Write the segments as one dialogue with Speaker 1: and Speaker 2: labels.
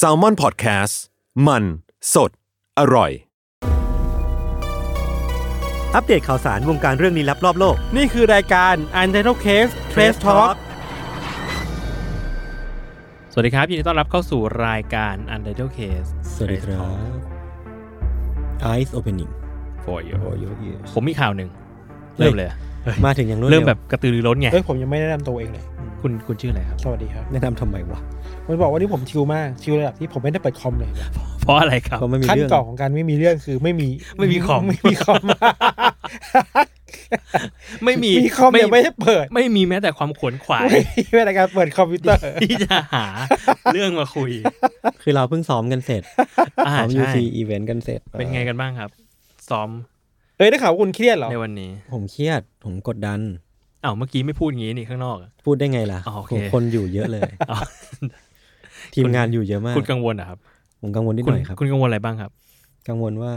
Speaker 1: s a l m o n PODCAST มันสดอร่อย
Speaker 2: อัปเดตข่าวสารวงการเรื่องลี้ลับรอบโลก
Speaker 3: นี่คือรายการ u n t i t l e d Case Trace Talk สวัสดีครับ ยินดีต้อนรับเข้าสู่รายการ u n t i t l e d Case
Speaker 4: สวัสดีครับ Eyes Opening
Speaker 3: for you ผมมีข่าวหนึ่ง เริ่มเลย
Speaker 4: มาถึงอย่างรวด
Speaker 3: เริ่ม
Speaker 4: ว
Speaker 3: แบบกระตือรือร้นไง
Speaker 5: เอ้ยผมยังไม่แนะนำตัวเองเลย
Speaker 3: คุณคุณชื่ออะไรครับ
Speaker 5: สวัสดีครับ
Speaker 4: แนะนำทำไมวะ
Speaker 5: มันบอกว่านี่ผมชิลมากชิลระดับที่ผมไม่ได้เปิดคอมเลยนะ
Speaker 3: เพราะอะไรครับ
Speaker 4: ก็ไม่มี
Speaker 5: ขั้น
Speaker 4: เรื่อง
Speaker 5: กล่องของการไม่มีเรื่องคือไม่มี
Speaker 3: ไม่มีคอม
Speaker 5: ไม่มีคอม
Speaker 3: ไม่มี
Speaker 5: มีคอมแต่ไม่ได้เปิด
Speaker 3: ไม่มีแม้แต่ความขวนขวาย
Speaker 5: ไม่มีรายการเปิดคอมพิวเตอร์
Speaker 3: ที่จะหาเรื่องมาคุย
Speaker 4: คือเราเพิ่งซ้อมกันเสร็จ
Speaker 3: อ่า
Speaker 4: ซ้อม
Speaker 3: ใช่
Speaker 4: UC Event กันเสร็จ
Speaker 3: เป็นไงกันบ้างครับ ซ้อม
Speaker 5: เอ้ยได้ข่าวว่าคุณเครียดเหรอ
Speaker 3: ในวันนี้
Speaker 4: ผมเครียด ผมกดดัน
Speaker 3: อ้าวเมื่อกี้ไม่พูดอย่างนี้นี่ข้างนอกอะ
Speaker 4: พูดได้ไงล่ะ
Speaker 3: อ๋อโอเค
Speaker 4: ผมคนอยู่เยอะเลย
Speaker 3: อ๋อ
Speaker 4: ทีมงานอยู่เยอะมาก
Speaker 3: คุณกังวลนะครับ
Speaker 4: ผมกังวลนิด
Speaker 3: คุ
Speaker 4: ห
Speaker 3: ณ
Speaker 4: น่อยครับ
Speaker 3: คุณกังวลอะไรบ้างครับ
Speaker 4: กังวลว่า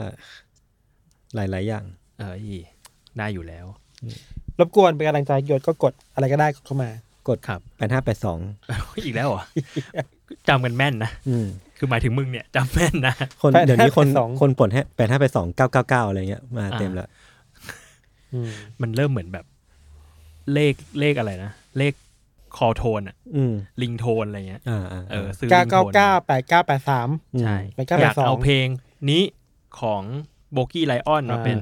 Speaker 4: หลาย ๆ อย่าง
Speaker 3: เอออีได้อยู่แล้ว
Speaker 5: รบกวนเป็นกำลังใจโยศก็กดอะไรก็ได้กดเข้ามา
Speaker 4: กด
Speaker 3: ครับ
Speaker 4: 8582
Speaker 3: อีกแล้วเหรอ จำกันแม่นนะ
Speaker 4: อืม
Speaker 3: คือหมายถึงมึงเนี่ยจำแม่นนะ
Speaker 4: คน
Speaker 5: 8582
Speaker 4: เดี๋ยวนี้คนคนปลดให้8582 999 อะไรเงี้ยมาเต็มละ
Speaker 5: อืม
Speaker 3: มันเริ่มเหมือนแบบ เลขเลขอะไรนะ เลขคอโทนอะ
Speaker 4: อืม
Speaker 3: ลิงโทนอะไรเงี้ย
Speaker 4: อ่าอ่า
Speaker 3: เออ ซื้อ
Speaker 5: เก้า
Speaker 3: ลิงโท
Speaker 5: เก้าน เก้าแปดเก้าแปดสาม
Speaker 4: อืม
Speaker 3: ใช่
Speaker 5: ไป982
Speaker 3: อยากเอาเพลงนี้ของโบกี้ไลออนมาเป็น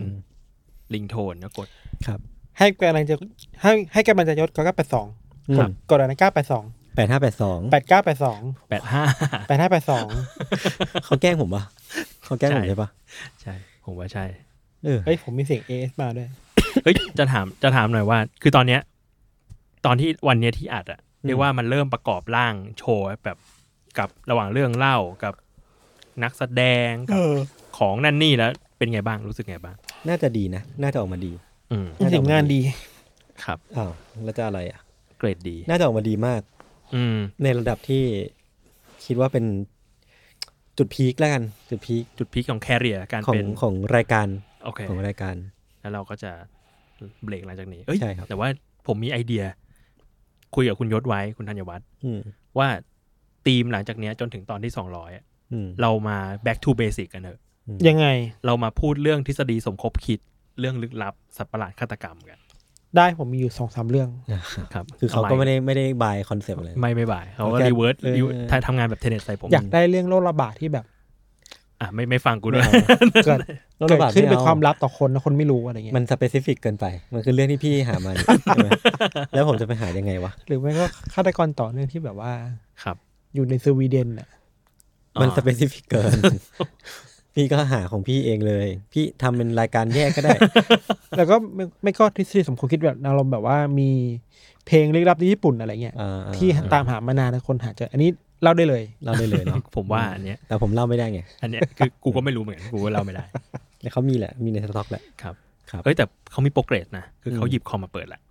Speaker 3: ลิงโทนนะกด
Speaker 5: ให้กำลังใจให้ให้กำลังใจโยศก็เก้าแปดสอง
Speaker 4: อืม
Speaker 5: กดกดอะไรเก้าแปดสอง
Speaker 4: 8582
Speaker 5: แปดเก้าแปดสอง
Speaker 3: แปดห้า
Speaker 5: แปดห้าแปดสอง
Speaker 4: เขาแกล้งผมปะเขาแกล้งผม
Speaker 3: ใช่
Speaker 4: ใช่ปะ
Speaker 3: ใช่ ผมว่าใช่
Speaker 4: เออ
Speaker 5: เฮ้ยผมมีเสียงเอสมาด้วย
Speaker 3: เฮ้ย จะถามจะถามหน่อยว่า คือตอนเนี้ย ตอนที่วันเนี้ยที่อัดอะเรียกว่ามันเริ่มประกอบร่างโชว์แบบกับระหว่างเรื่องเล่ากับนักแสดงกับของนั่นนี่แล้ว เป็นไงบ้างรู้สึกไงบ้าง
Speaker 4: น่าจะดีนะ น่าจะออกมาดี
Speaker 3: อืม
Speaker 5: เสียงงานดี
Speaker 3: ครับ
Speaker 4: อ้าว แล้วจะอะไรอ่ะ
Speaker 3: เกรดดี
Speaker 4: น่าจะออกมาดีมาก
Speaker 3: อืม
Speaker 4: ในระดับที่คิดว่าเป็นจุดพีคแล้วกัน จุดพีค
Speaker 3: จุดพีคของแคเรียการ
Speaker 4: ของ
Speaker 3: เป็น
Speaker 4: ของรายการ
Speaker 3: โอเค
Speaker 4: ของรายการ
Speaker 3: แล้วเราก็จะเบรกหลังจากนี้ เอ้ย
Speaker 4: ใช่ครับ
Speaker 3: แต่ว่าผมมีไอเดีย คุยกับคุณยศไว้คุณธัญวัฒน์
Speaker 4: อืม
Speaker 3: ว่าธีมหลังจากเนี้ยจนถึงตอนที่สองร้อย
Speaker 4: อืม
Speaker 3: เรามา back to basic กันเถอะ
Speaker 5: ยังไง
Speaker 3: เรามาพูดเรื่องทฤษฎีสมคบคิดเรื่องลึกลับ สัตว์ประหลาดฆาตกรรมกัน
Speaker 5: ได้ผมมีอยู่สองสามเรื่อง
Speaker 3: ครับ
Speaker 4: คือเขาก็ไม่ได้ไม่ได้บายคอนเซปต์อะไร
Speaker 3: ไม่ไม่บ่ายเขาก็
Speaker 4: เขาแค่
Speaker 3: รีเวิร์ส
Speaker 4: เออ
Speaker 3: ทำงานแบบเทเนตใส่ผม
Speaker 5: อยากได้เรื่องโรคระบาดที่ แบบ
Speaker 3: อ่ะไม่ไม่ฟังกูด้วย
Speaker 5: เกิด
Speaker 4: โรค
Speaker 5: เกิ
Speaker 4: ระ
Speaker 5: ด
Speaker 4: บาด
Speaker 5: ขึ้นเป็น
Speaker 4: ไม่เอา
Speaker 5: ความลับต่อคนนะคนไม่รู้อะไรเงี้ย
Speaker 4: มันสเปซิฟิกเกินไป มันคือเรื่องที่พี่หามา เนี่ยใช่ไหมแล้วผมจะไปหายังไงวะ
Speaker 5: หรือไม่ก็ฆาตกรต่อเนื่องที่แบบว่า
Speaker 3: ครับ
Speaker 5: อยู่ในสวีเดนน่ะ
Speaker 4: มัน
Speaker 3: อ่า
Speaker 4: สเปซิฟิกเกิน พี่ก็หาของพี่เองเลย พี่ทำเป็นรายการแยกก็ได้
Speaker 5: แล้วก็ไม่ไม่ก็ทฤษฎีสมคบคิดแบบอารมณ์แบบว่ามีเพลงลึกลับที่ญี่ปุ่นอะไรเงี้ย
Speaker 4: อ่า
Speaker 5: ที่ตามหามานานแล้วคนหาเจออันนี้เล่าได้เลย
Speaker 4: เล่าได้เลยเนาะ
Speaker 3: ผมว่าอันเนี้ย
Speaker 4: แต่ผมเล่าไม่ได้ไง
Speaker 3: อันเนี้ยคือกูก็ไม่รู้เหมือนกันกูก็เล่าไม่ได้
Speaker 4: แต่เขามีแหละ มีในสต็อกแหละ
Speaker 3: ครับ
Speaker 4: ครับ
Speaker 3: เอ้ยแต่เขามีโปรเกรสนะคือเขาหยิบคอมมาเปิดละ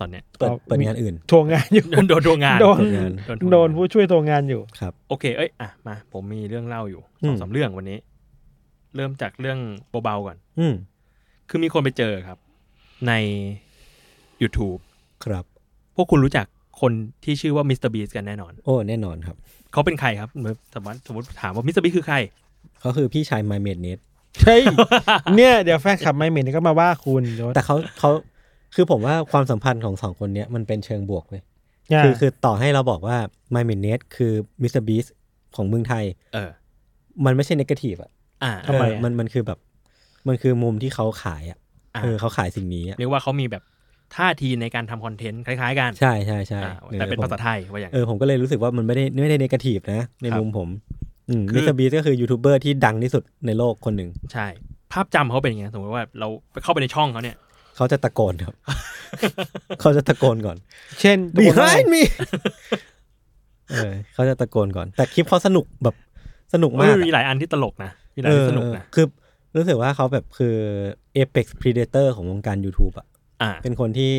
Speaker 3: ตอนเนี้ย
Speaker 4: เปิด
Speaker 5: เอา
Speaker 4: เปิดงานอื่น
Speaker 5: ทวง งานอยู่
Speaker 3: โดนโดนโดนงาน
Speaker 5: โดน
Speaker 4: เปิดงาน
Speaker 3: โดนทวงงาน
Speaker 5: โดนผู้ช่วยทวงงานอยู่
Speaker 4: ครับ
Speaker 3: โอเคเอ้ยอ่ะมาผมมีเรื่องเล่าอยู่
Speaker 4: อื
Speaker 3: สอ
Speaker 4: ม
Speaker 3: งสามเรื่องวันนี้ เริ่มจากเรื่องเบาๆก่อน
Speaker 4: อืม
Speaker 3: คือมีคนไปเจอครับ ใน YouTube
Speaker 4: ครับ
Speaker 3: พวกคุณรู้จักคนที่ชื่อว่ามิสเตอร์บีสกันแน่นอน
Speaker 4: โอ้แน่นอนครับ
Speaker 3: เขาเป็นใครครับเหมือนสมมติสมมติถามว่ามิสเตอร์บีคือใคร
Speaker 4: เขาคือพี่ชายไมเมดเนส
Speaker 5: ใช่ เนี่ยเดี๋ยวแฟนคลับไม่เหม็นก็มาว่าคุณยศ
Speaker 4: แต่เขาเขาคือผมว่าความสัมพันธ์ของสองคนเนี้ยมันเป็นเชิงบวกเลย
Speaker 5: เนี่ย
Speaker 4: คือคือต่อให้เราบอกว่าไมเมดเนสคือมิสเตอร์บีสของเมืองไทย
Speaker 3: เออ
Speaker 4: มันไม่ใช่นกาทีฟอะ
Speaker 3: อ่า
Speaker 5: ทำไม
Speaker 4: เออมันมันคือแบบ มันคือมุมที่เขาขายอะ
Speaker 3: อ่า
Speaker 4: เออเขาขายสิ่งนี้อะ
Speaker 3: เรียกว่าเขามีแบบท่าทีในการทำคอนเทนต์คล้ายๆกัน
Speaker 4: ใช่ใช่ใช่
Speaker 3: อ่า
Speaker 4: ออ
Speaker 3: แต่เป็น
Speaker 4: ผม
Speaker 3: ภาษาไทยว่าอย่าง
Speaker 4: เออผมก็เลยรู้สึกว่ามันไม่ได้ไม่ได้เนกาทีฟนะ ใน
Speaker 3: ครับ
Speaker 4: มุมผม
Speaker 3: คื
Speaker 4: มิ
Speaker 3: อ
Speaker 4: สเตอร์บีก็คือยูทูบเบอร์ที่ดังที่สุดในโลกคนหนึ่ง
Speaker 3: ใช่ ภาพจำเขาเป็นอย่างไงสมมติว่าเราเข้าไปในช่องเขาเนี่ย
Speaker 4: เขาจะตะโกน ครับ เขาจะตะโกนก่อน
Speaker 5: เช่น
Speaker 4: behind me เออเขาจะตะโกนก่อน แต่คลิปเขาสนุกแบบสนุกมาก
Speaker 3: มันมี
Speaker 4: อะ
Speaker 3: หลายอันที่ตลกนะมีหลายอันที่สนุกนะ
Speaker 4: เออคือรู้สึกว่าเขาแบบคือ apex predator ของวงการ YouTube อ่ะ
Speaker 3: อ่า
Speaker 4: เป็นคนที่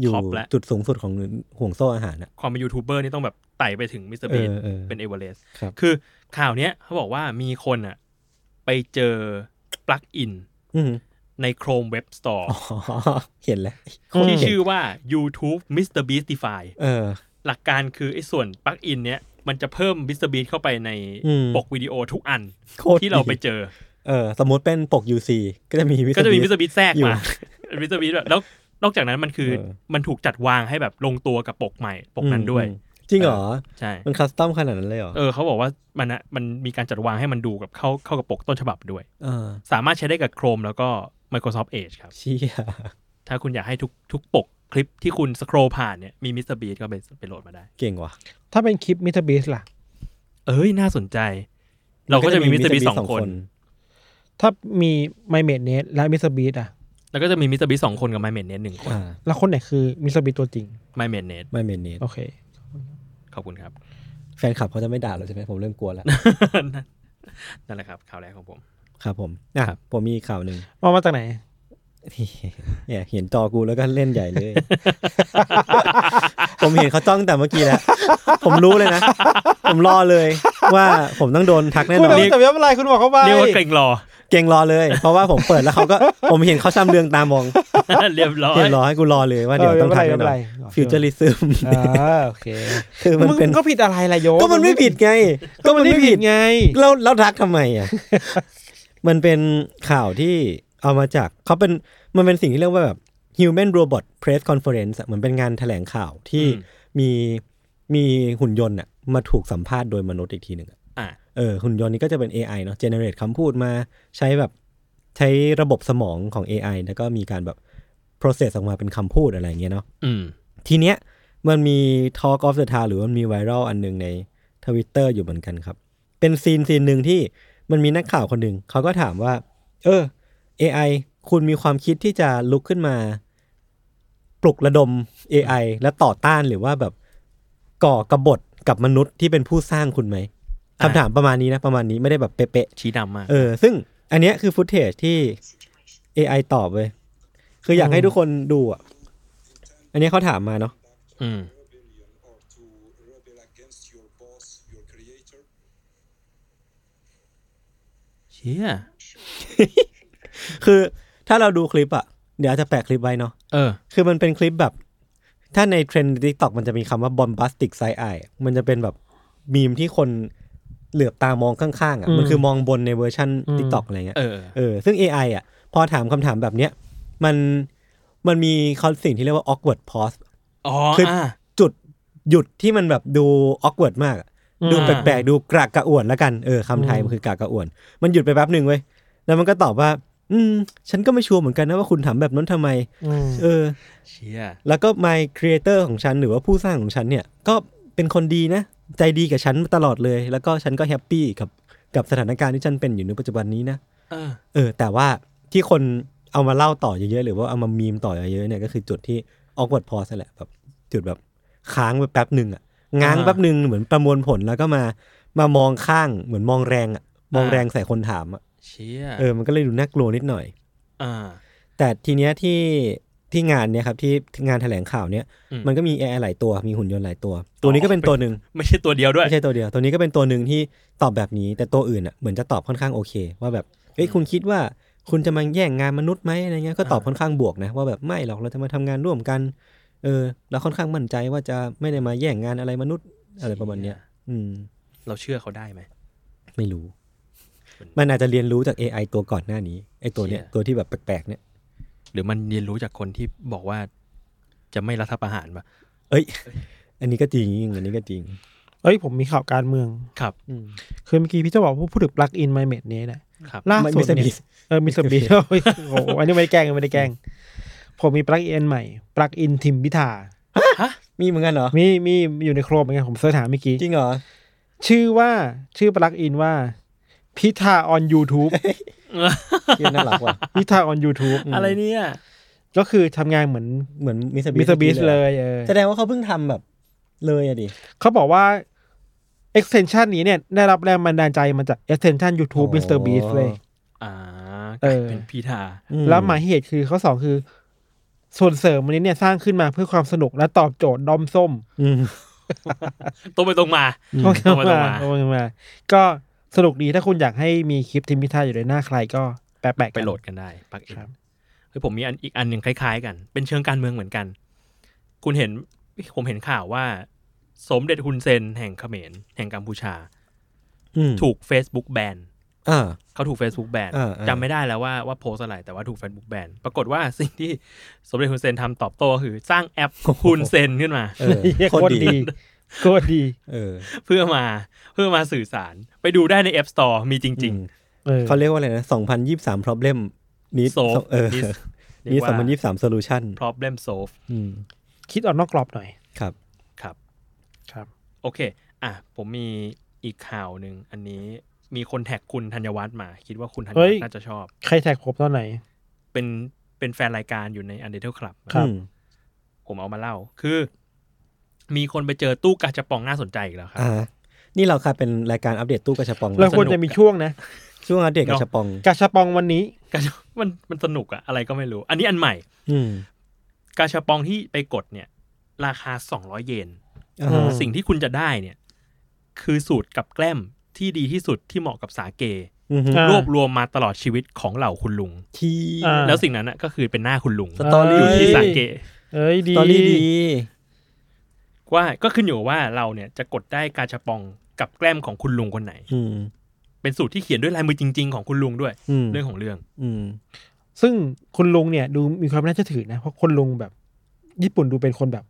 Speaker 4: อยู่
Speaker 3: ท็อปแล้ว
Speaker 4: จุดสูงสุดของห่วงโซ่อาหารอ่ะ
Speaker 3: ความเป็นยูทูบเบอร์นี่ต้องแบบไต่ไปถึงมิสเตอร์
Speaker 4: เอ
Speaker 3: บี
Speaker 4: อเออ
Speaker 3: เป็นเอเวอเรสต์
Speaker 4: ครับ
Speaker 3: คือข่าวเนี้ยเขาบอกว่ามีคนอ่ะ ไปเจอปลั๊กอิน
Speaker 4: อืม
Speaker 3: ใน Chrome Web Store
Speaker 4: อ๋ อเห็นแล้ว
Speaker 3: ที่ชื่อว่า YouTube Mr. Beastify
Speaker 4: เออ
Speaker 3: หลักการคือไอ้ส่วนปลั๊กอินเนี้ยมันจะเพิ่ม Mr. Beast เข้าไปใน
Speaker 4: อืม
Speaker 3: ปกวิดีโอทุกอัน
Speaker 4: โคต
Speaker 3: ที่เราไป
Speaker 4: ดี
Speaker 3: เจอ
Speaker 4: เออ สมมติเป็นปก UC ก็จะมี Mr.
Speaker 3: ก็จะมี
Speaker 4: Beast
Speaker 3: Mr. Beast แทรก
Speaker 4: อยู่
Speaker 3: มา Mr. Beast แบบแล้วนอกจากนั้นมันคือ
Speaker 4: เออ
Speaker 3: มันถูกจัดวางให้แบบลงตัวกับปกใหม่ปกนั้นด้วย
Speaker 4: อืมจริงเหรอ
Speaker 3: ใช่
Speaker 4: มันคัสตอมขนาดนั้นเลยเหรอ
Speaker 3: เออเขาบอกว่ามันอะมันมีการจัดวางให้มันดูกับเข้าเข้ากับปกต้นฉบับด้วย
Speaker 4: เออ
Speaker 3: สามารถใช้ได้กับ Chrome แล้วก็ Microsoft Edge ครับ
Speaker 4: เชี่ย
Speaker 3: ถ้าคุณอยากให้ทุกทุกปกคลิปที่คุณสครอผ่านเนี่ยมี Mr. Beast ก็ไปไปโหลดมาได้
Speaker 4: เก่งว่ะ
Speaker 5: ถ้าเป็นคลิปมิสเตอร์บีสล่ะ
Speaker 3: เอ้ย น่าสนใจ เราก็จะมี Mr. Beast
Speaker 4: Beast
Speaker 3: สองคน
Speaker 5: ถ้ามีไมเมดเนสและมิสเตอร์บีสอ่ะ
Speaker 3: แล้วก็จะมี Mr. Beast สองคนกับ My m a d n e t หนึ่งคน
Speaker 4: อ่า
Speaker 5: แล้วคนไหนคือมิสเตอร์บีตัวจริง
Speaker 3: My m a d n e t
Speaker 4: ไม่เมนเนต
Speaker 5: โอเค
Speaker 3: ขอบคุณ ครับ
Speaker 4: แฟนคลับเขาจะไม่ด่าเราใช่ไหมผมเริ่มกลัวแล้ว
Speaker 3: นั่นแหละครับข่าวแรกของผม
Speaker 4: ครับผม อ่ะ
Speaker 3: ครับ
Speaker 4: ผมมีอีกข่าวหนึ่ง
Speaker 5: มามาจากไหน
Speaker 4: เนี่ยเห็นจอกูแล้วก็เล่นใหญ่เลย ผมเห็นเขาจ้องแต่เมื่อกี้แล้ว ผมรู้เลยนะ ผมรอเลยว่าผมต้องโดนทักแน่
Speaker 5: คุณ
Speaker 4: นอน
Speaker 5: เอาแต่ไม่เป็นไรคุณบอกเขาไป
Speaker 3: เรียกว่าเกรงรอ
Speaker 4: เก่งรอเลย เพราะว่าผมเปิดแล้วเขาก็ ผมเห็นเขาชำเลืองตามอง
Speaker 3: เรียบร้อย
Speaker 4: เห็นรอให้กูรอเลยว่าเดี๋ยวต้องทักแน่นอนฟิวเจอริซึม
Speaker 5: อ่าโอเค
Speaker 4: คือมันเป็น
Speaker 5: งก็ผิดอะไรล่ะโย
Speaker 4: ก็มันไม่ผิดไง
Speaker 5: ก็มันไม่ผิดไง
Speaker 4: เราเราทักทำไม อ่ะ มันเป็นข่าวที่เอามาจากเขาเป็นมันเป็นสิ่งที่เรียกว่าแบบ human robot press conference อะเหมือนเป็นงานแถลงข่าวที่มีมีหุ่นยนต์อ่ะมาถูกสัมภาษณ์โดยมนุษย์อีกทีหนึ่งอะ
Speaker 3: อ่ะ
Speaker 4: เออหุ่นยนต์นี้ก็จะเป็น AI เนาะ generate คำพูดมาใช้แบบใช้ระบบสมองของ AI แล้วก็มีการแบบ process ออกมาเป็นคำพูดอะไรอย่างเงี้ยเนาะ
Speaker 3: อืม
Speaker 4: ทีเนี้ยมันมี Talk of the Town หรือมันมีไวรัลอันหนึ่งในทวิตเตอร์อยู่เหมือนกันครับ เป็นซีนซีนหนึ่งที่มันมีนักข่าวคนหนึ่งเขาก็ถามว่า เออ AI คุณมีความคิดที่จะลุกขึ้นมา ปลุกระดม AI และต่อต้านหรือว่าแบบก่อกบฏกับมนุษย์ที่เป็นผู้สร้างคุณไหม
Speaker 3: อ่า
Speaker 4: คำถามประมาณนี้นะ ประมาณนี้ไม่ได้แบบเป๊ะๆ
Speaker 3: ชี้นำมาก
Speaker 4: เออ ซึ่งอันเนี้ยคือฟุตเทจที่ AI ตอบเว้ยคืออยากให้ทุกคนดูอ่ะ อันเนี้ยเขาถามมาเนาะ
Speaker 3: อืม
Speaker 6: rebellion or to rebel against your boss, your creator.
Speaker 3: เชี่ย
Speaker 4: คือถ้าเราดูคลิปอ่ะ เดี๋ยวอาจจะแปะคลิปไว้เนาะ
Speaker 3: เออ
Speaker 4: คือมันเป็นคลิปแบบ ถ้าในเทรนด์ทิกตอกมันจะมีคำว่าบอมบัสติกไซไอมันจะเป็นแบบมีมที่คนเหลือบตามองข้างๆอ่ะ
Speaker 5: อืม
Speaker 4: มันคือมองบนในเวอร์ชันทิกตอกอะไรเงี้ย
Speaker 3: เออ
Speaker 4: เออซึ่ง AI อ่ะ พอถามคำถามแบบเนี้ย มัน มันมีคอนสิ่งที่เรียกว่า awkward pause
Speaker 3: อ๋อ
Speaker 4: คืออ่
Speaker 3: อ่ะ
Speaker 4: จุดหยุดที่มันแบบดูออกเวิร์ดมากอะ
Speaker 5: อืม
Speaker 4: ดูแปลกๆ ดูกระกระอ่วนแล้วกัน เออคำไทยมันคือกระกระอ่วน มันหยุดไปแป๊บหนึ่งเว้ย แล้วมันก็ตอบว่า อืม ฉันก็ไม่ชัวร์เหมือนกันนะว่าคุณถามแบบนั้นทำไม
Speaker 5: อืม
Speaker 4: เออ
Speaker 3: เชี่ย
Speaker 4: แล้วก็ my creator ของฉันหรือว่าผู้สร้างของฉันเนี่ย ก็เป็นคนดีนะ ใจดีกับฉันตลอดเลย แล้วก็ฉันก็แฮปปี้กับกับสถานการณ์ที่ฉันเป็นอยู่ในปัจจุบันนี้นะ
Speaker 3: เออ
Speaker 4: เออ แต่ว่าที่คนเอามาเล่าต่อเยอะๆ หรือว่าเอามามีมต่อเยอะๆเนี่ยก็คือจุดที่ออกวดพอสแหละแบบจุดแบบค้างไปแป๊บหนึ่งอ่ะง้าง
Speaker 3: อ่า
Speaker 4: แป๊บหนึ่งเหมือนประมวลผลแล้วก็มามามองข้างเหมือนมองแรงอ่ะมอง
Speaker 3: อ่า
Speaker 4: แรงใส่คนถามอ่ะ
Speaker 3: เชี่ย
Speaker 4: เออมันก็เลยดูน่ากลัวนิดหน่อย
Speaker 3: อ่า
Speaker 4: แต่ทีเนี้ยที่ที่งานเนี่ยครับที่งานแถลงข่าวเนี่ย
Speaker 3: อืม
Speaker 4: มันก็มี AI หลายตัวมีหุ่นยนต์หลายตัว ตัวนี้ก็เป็นตัวหนึ่ง
Speaker 3: ไม่ใช่ตัวเดียวด้วย
Speaker 4: ไม่ใช่ตัวเดียวตัวนี้ก็เป็นตัวหนึ่งที่ตอบแบบนี้แต่ตัวอื่นอ่ะเหมือนจะตอบค่อนข้างโอเค ว่าแบบเอ้ยคุณคิดว่าคุณจะมาแย่งงานมนุษย์ไหมอะไรเงี้ยก็ตอบค่อนข้างบวกนะว่าแบบไม่หรอกเราจะมาทำงานร่วมกัน เออเราค่อนข้างมั่นใจว่าจะไม่ได้มาแย่งงานอะไรมนุษย์อะไรประมาณเนี้ย อืม
Speaker 3: เราเชื่อเขาได้ไหม
Speaker 4: ไม่รู้ มันอาจจะเรียนรู้จาก AI ตัวก่อนหน้านี้ไอตัวเนี้ย
Speaker 3: เชี่ย
Speaker 4: ตัวที่แบบแปลกๆเนี่ย
Speaker 3: หรือมันเรียนรู้จากคนที่บอกว่า จะไม่รัฐประหารปะ
Speaker 4: เอ้ย อันนี้ก็จริงอันนี้ก็จริง
Speaker 5: เอ้ยผมมีข่าวการเมือง
Speaker 3: ครับ
Speaker 4: อืม
Speaker 5: คือเมื่อกี้พี่เจะบอกผู้พูดถึงปลั๊กอินไมเมดเนสน่ะ
Speaker 3: ครับ
Speaker 5: ล่าสุด
Speaker 4: Mr.
Speaker 5: เนี่ย
Speaker 4: Beast
Speaker 5: เออมิสเตอร์ บีโอ้ยโหอันนี้ไม่ได้แกล้งไม่ได้แกล้ง ผมมีปลั๊กอินใหม่ปลั๊กอินทิมพิธา
Speaker 4: มีเหมือนกันเหรอ
Speaker 5: มีมีมีอยู่ในโครมเหมือนกันผมเสิร์ชหาเมื่อกี้
Speaker 4: จริงเหรอ
Speaker 5: ชื่อว่าชื่อปลั๊กอินว่า พิธาออน YouTube
Speaker 4: เชี่ยน่ารักว่ะ
Speaker 5: พิธาออน YouTube
Speaker 3: อะไรเนี่ย
Speaker 5: ก็คือทำงานเหมือน
Speaker 4: เหมือนมิสเตอร์
Speaker 5: มิสเตอร์บี
Speaker 4: เล
Speaker 5: เลย ยเออ
Speaker 4: แสดงว่าเขาเพิ่งทำแบบเลยอะดิ
Speaker 5: เขาบอกว่า extension นี้เนี่ยได้รับแรงบันดาลใจมาจาก extension YouTube
Speaker 4: อ๋อ
Speaker 5: Mr Beast เลย
Speaker 3: อ่า
Speaker 5: เออ
Speaker 3: เป็นพีทา
Speaker 4: อืม
Speaker 5: แล้วหมายเหตุคือข้อสองคือ ส่วนเสริมอันนี้เนี่ยสร้างขึ้นมาเพื่อความสนุกและตอบโจทย์ดอมส้ม
Speaker 4: อืม
Speaker 3: ตรงไปตรงมา
Speaker 5: ต้องเข้า
Speaker 3: ต้อง
Speaker 5: มา
Speaker 3: มา
Speaker 5: ต้องมา ก็สนุกดีถ้าคุณอยากให้มีคลิปทิมพิธาอยู่ในหน้าใครก็แปะๆกัน
Speaker 3: ไปโหลดกันได้ปลักอิน
Speaker 5: ครับ
Speaker 3: เฮ้ยผมมีอันอีกอันหนึ่งคล้ายๆ กัน เป็นเชิงการเมืองเหมือนกัน คุณเห็นผมเห็นข่าวว่า สมเด็จฮุนเซนแห่งเขมรแห่งกัมพูชา
Speaker 4: อืม
Speaker 3: ถูก Facebook แบน
Speaker 4: อ่า
Speaker 3: เขาถูก Facebook แบน
Speaker 4: อ่าอ่า
Speaker 3: จำไม่ได้แล้วว่าว่าโพสต์อะไรแต่ว่าถูก Facebook แบนปรากฏว่าสิ่งที่สมเด็จฮุนเซนทำตอบโต้คือสร้าง แอปฮุนเซนขึ้นมา
Speaker 4: เออ
Speaker 5: เหี้ย
Speaker 4: โค
Speaker 5: โค
Speaker 4: ตร
Speaker 5: ตร
Speaker 4: ดี
Speaker 5: ดีโคตรดี
Speaker 4: เออ
Speaker 3: เพื่อมาเพื่อมาสื่อสาร ไปดูได้ใน App Store มีจริง
Speaker 4: อืม
Speaker 5: เออ
Speaker 4: เขาเรียกว่าอะไรนะสองพันยี่สาม problem นี้
Speaker 3: solve
Speaker 4: เออ
Speaker 3: this ๆเรี
Speaker 4: นี้
Speaker 3: ยก
Speaker 4: สอ
Speaker 3: ว่า
Speaker 4: งพันยี่สาม solution
Speaker 3: problem solve
Speaker 4: อืม
Speaker 5: คิดออกนอกกรอบหน่อย
Speaker 4: ครับ
Speaker 3: ครับ
Speaker 5: ครับ
Speaker 3: โอเค อ่ะ ผมมีอีกข่าวหนึ่ง อันนี้มีคนแท็กคุณธัญวัฒน์มา คิดว่าคุณธัญวั
Speaker 5: เฮ้
Speaker 3: ฒ
Speaker 5: ย
Speaker 3: น์น่าจะชอบ
Speaker 5: ใครแท็กผมตอนไหน
Speaker 3: เป็น เป็นแฟนรายการอยู่ใน u n d e r t a l e Club
Speaker 5: ครับ
Speaker 4: อืม
Speaker 3: ผมเอามาเล่า คือ มีคนไปเจอตู้กาจะปองน่าสนใจอีกแล้วครับ
Speaker 4: อ่า นี่เราค่ะเป็นรายการอัปเดตตู้กระชับปอง
Speaker 5: เรา
Speaker 4: นะ
Speaker 5: ควร
Speaker 3: สนุก
Speaker 5: จะมีช่วงนะ
Speaker 4: ช่วงอัปเดตกระชับปอง
Speaker 5: กาชาปองวันนี้
Speaker 3: กาชามัน มันสนุกอะอะไรก็ไม่รู้ อันนี้อันใหม่
Speaker 4: อืม
Speaker 3: กาชาปองที่ไปกดเนี่ย ราคา 200 เยน
Speaker 4: อ่า
Speaker 5: อืม
Speaker 3: สิ่งที่คุณจะได้เนี่ย คือสูตรกับแกล้มที่ดีที่สุดที่เหมาะกับสาเก
Speaker 4: อืม
Speaker 5: อ่าร ร
Speaker 3: วบรวมมาตลอดชีวิตของเหล่าคุณลุง
Speaker 4: ที
Speaker 5: อ่า
Speaker 3: แล้วสิ่งนั้นน่ะก็คือเป็นหน้าคุณลุง
Speaker 4: สตอรี่
Speaker 3: อยู่ที่
Speaker 5: เอ้ย
Speaker 3: สาเก
Speaker 5: เอ้ย
Speaker 4: ส
Speaker 5: ดี
Speaker 4: ตอรี่ดี
Speaker 3: ว่าก็ขึ้นอยู่ว่าเราเนี่ยจะกดได้กาชาปองกับแกล้มของคุณลุงคนไหน
Speaker 4: อืม
Speaker 3: เป็นสูตรที่เขียนด้วยลายมือจริง ๆ ของคุณลุงด้วย
Speaker 4: อืม
Speaker 3: เรื่องของเรื่อง
Speaker 4: อืม
Speaker 5: ซึ่งคุณลุงเนี่ยดูมีความน่าเชื่อถือนะเพราะคนลุงแบบ ญี่ปุ่นดูเป็นคนแบบ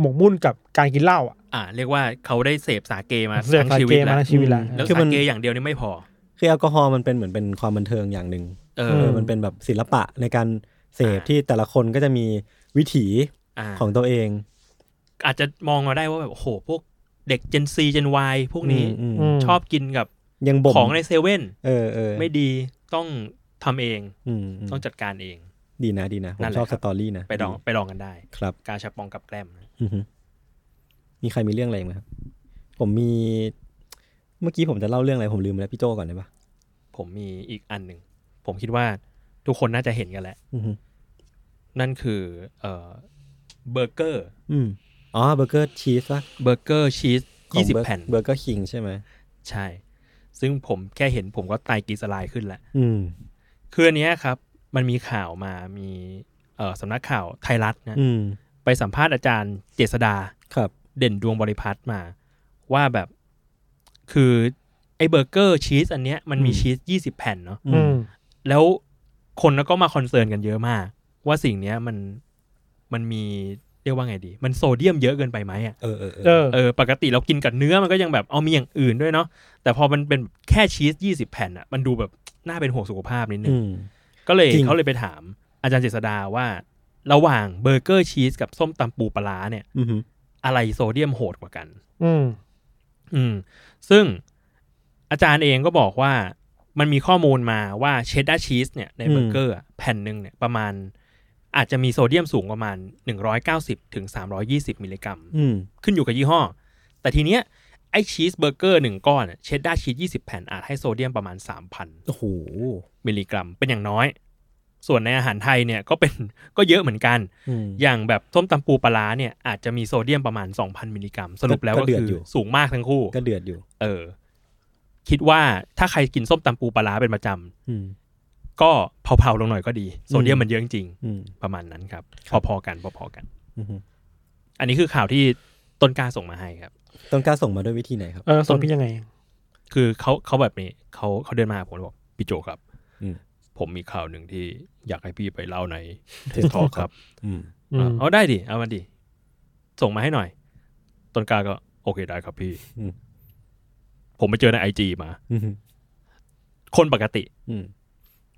Speaker 5: หมกมุ่นกับการกินเหล้าอ่ะ
Speaker 3: อ่า เรียกว่าเขาได้เสพสาเกมา
Speaker 5: เสีย
Speaker 3: ทั้ง
Speaker 5: สาย
Speaker 3: ชีวิ
Speaker 5: เก
Speaker 3: ต
Speaker 5: มมา
Speaker 3: แล้ว
Speaker 5: ทั้งชีวิตละ
Speaker 4: อืม
Speaker 3: แล้ว
Speaker 4: คือมั
Speaker 3: สาน เกอย่างเดียวนี่ไม่พอ
Speaker 4: คือแอลกอฮอล์มันเป็นเหมือนเป็นความบันเทิงอย่างหนึ่ง
Speaker 3: เอ
Speaker 4: เอ
Speaker 3: อ
Speaker 4: อมันเป็นแบบศิลปะในการเสพ
Speaker 3: อ่า
Speaker 4: ที่แต่ละคนก็จะมีวิถี
Speaker 3: อ่า
Speaker 4: ของตัวเอง
Speaker 3: อาจจะมองมาได้ว่าแบบโอ้โหพวกเด็ก Gen Z Gen Y พวกนี้
Speaker 4: อืม
Speaker 5: ม
Speaker 3: ชอบกินกับ
Speaker 4: ยังบ่ม
Speaker 3: ของในเซเว่น
Speaker 4: เออเออ
Speaker 3: ไม่ดีต้องทำเอง
Speaker 4: อืมอืม
Speaker 3: ต้องจัดการเอง
Speaker 4: ดีนะดีนะผ
Speaker 3: นั่
Speaker 4: ม
Speaker 3: นแหละ
Speaker 4: ชอบ
Speaker 3: ค
Speaker 4: ส
Speaker 3: รับ
Speaker 4: ตอรี่นะ
Speaker 3: ไปลองไปลองกันได้
Speaker 4: ครับ
Speaker 3: กาชาปองกับแกล้มนะ
Speaker 4: อือฮึมีใครมีเรื่องอะไรอีกไหมครับ ผมมี เมื่อกี้ผมจะเล่าเรื่องอะไรผมลืมไปแล้วพี่โจก่อนได้ปะ
Speaker 3: ผมมีอีกอันหนึ่งผมคิดว่าทุกคนน่าจะเห็นกันแหละ
Speaker 4: อือฮึ
Speaker 3: นั่นคือเอ่อเบอร์เกอร์
Speaker 4: อืมอ๋อเบอร์เกอร์ชีสป่ะ
Speaker 3: เบอร์เกอร์ชีส
Speaker 4: ของ
Speaker 3: ยี่สิบ
Speaker 4: เอร์
Speaker 3: แผ่น
Speaker 4: เบอร์เกอร์คิงใช่ไหม
Speaker 3: ใช่ ซึ่งผมแค่เห็นผมก็ไตกรีสลายขึ้นแล้ว
Speaker 4: อืม
Speaker 3: คืออันเนี้ยครับ มันมีข่าวมามีเอ่อสำนักข่าวไทยรัฐนะ
Speaker 4: อืม
Speaker 3: ไปสัมภาษณ์อาจารย์เจษดา
Speaker 4: ครับ
Speaker 3: เด่นดวงบริพัตรมา ว่าแบบคือไอ้เบอร์เกอร์ชีสอันเนี้ยมันมี
Speaker 4: อืม
Speaker 3: ชีสยี่สิบแผ่นเนาะ
Speaker 5: อืม
Speaker 3: แล้วคนก็มาคอนเซิร์นกันเยอะมาก ว่าสิ่งเนี้ยมันมันมีเรียกว่าไงดี มันโซเดียมเยอะเกินไปไหมอ่ะ
Speaker 4: เออเออเอ
Speaker 5: เอ
Speaker 4: อ
Speaker 5: อ
Speaker 3: เออปกติเรากินกับเนื้อมันก็ยังแบบเอามีอย่างอื่นด้วยเนาะแต่พอมันเป็นแค่ชีส 20 แผ่นอ่ะมันดูแบบน่าเป็นห่วงสุขภาพนิดนึ
Speaker 4: อื
Speaker 3: ง
Speaker 4: ม
Speaker 3: ก็เลย
Speaker 4: จริง
Speaker 3: เขาเลยไปถามอาจารย์เจษดาว่า ระหว่างเบอร์เกอร์ชีสกับส้มตำปูปลาร้าเนี่ย
Speaker 4: อือฮึ
Speaker 3: อะไรโซเดียมโหดกว่ากัน
Speaker 5: อืม
Speaker 3: อืม ซึ่งอาจารย์เองก็บอกว่ามันมีข้อมูลมาว่าเชดดาร์ชีสเนี่ยในเบอร์เกอร์อะแผ่นหนึ่งเนี่ยประมาณ อาจจะมีโซเดียมสูงประมาณ 190ถึง320 มิลลิกรัม
Speaker 4: อืม
Speaker 3: ขึ้นอยู่กับยี่ห้อ แต่ทีเนี้ยไอชีสเบอร์เกอร์หนึ่งก้อนเชดดาร์ชีส20 แผ่นอาจให้โซเดียมประมาณ 3,000
Speaker 4: โอ้โห
Speaker 3: มิลลิกรัม เป็นอย่างน้อย ส่วนในอาหารไทยเนี่ยก็เป็น ก็เยอะเหมือนกัน
Speaker 4: อืม
Speaker 3: อย่างแบบส้มตำปูปลาร้าเนี่ยอาจจะมีโซเดียมประมาณ 2,000 มิลลิกรัม สรุปแล้ว
Speaker 4: ก็
Speaker 3: ก็
Speaker 4: เดือด
Speaker 3: คือ
Speaker 4: อยู่
Speaker 3: สูงมากทั้งคู่
Speaker 4: ก็เดือดอยู่
Speaker 3: เออ คิดว่าถ้าใครกินส้มตำปูปลาร้าเป็นประจ
Speaker 4: อืม
Speaker 3: ำก็เผาๆลงหน่อยก็ดี โซเดียมมันเยอะจริง
Speaker 4: อืม
Speaker 3: ๆประมาณนั้นครับ
Speaker 4: ครับ
Speaker 3: พอๆกันพอๆกัน
Speaker 4: อือฮึ
Speaker 3: อันนี้คือข่าวที่ต้นกล้าส่งมาให้ครับ
Speaker 4: ต้นกล้าส่งมาด้วยวิธีไหนครับ
Speaker 5: เออสนพี่ยังไง
Speaker 3: คือเขาเขาแบบนี้เขาเขาเดินมาหาผมแล้วบอกพี่โจครับ
Speaker 4: อืม
Speaker 3: ผมมีข่าวหนึ่งที่อยากให้พี่ไปเล่าในเทสทอครับ
Speaker 4: อืม
Speaker 5: อืม
Speaker 3: อ่ะเอาได้ดิเอามาดิส่งมาให้หน่อย ต้นกล้าก็ โอเคได้ครับพี่
Speaker 4: อืม
Speaker 3: ผมไปเจอในไอจีมา
Speaker 4: อืม
Speaker 3: คนปกติ
Speaker 4: อืม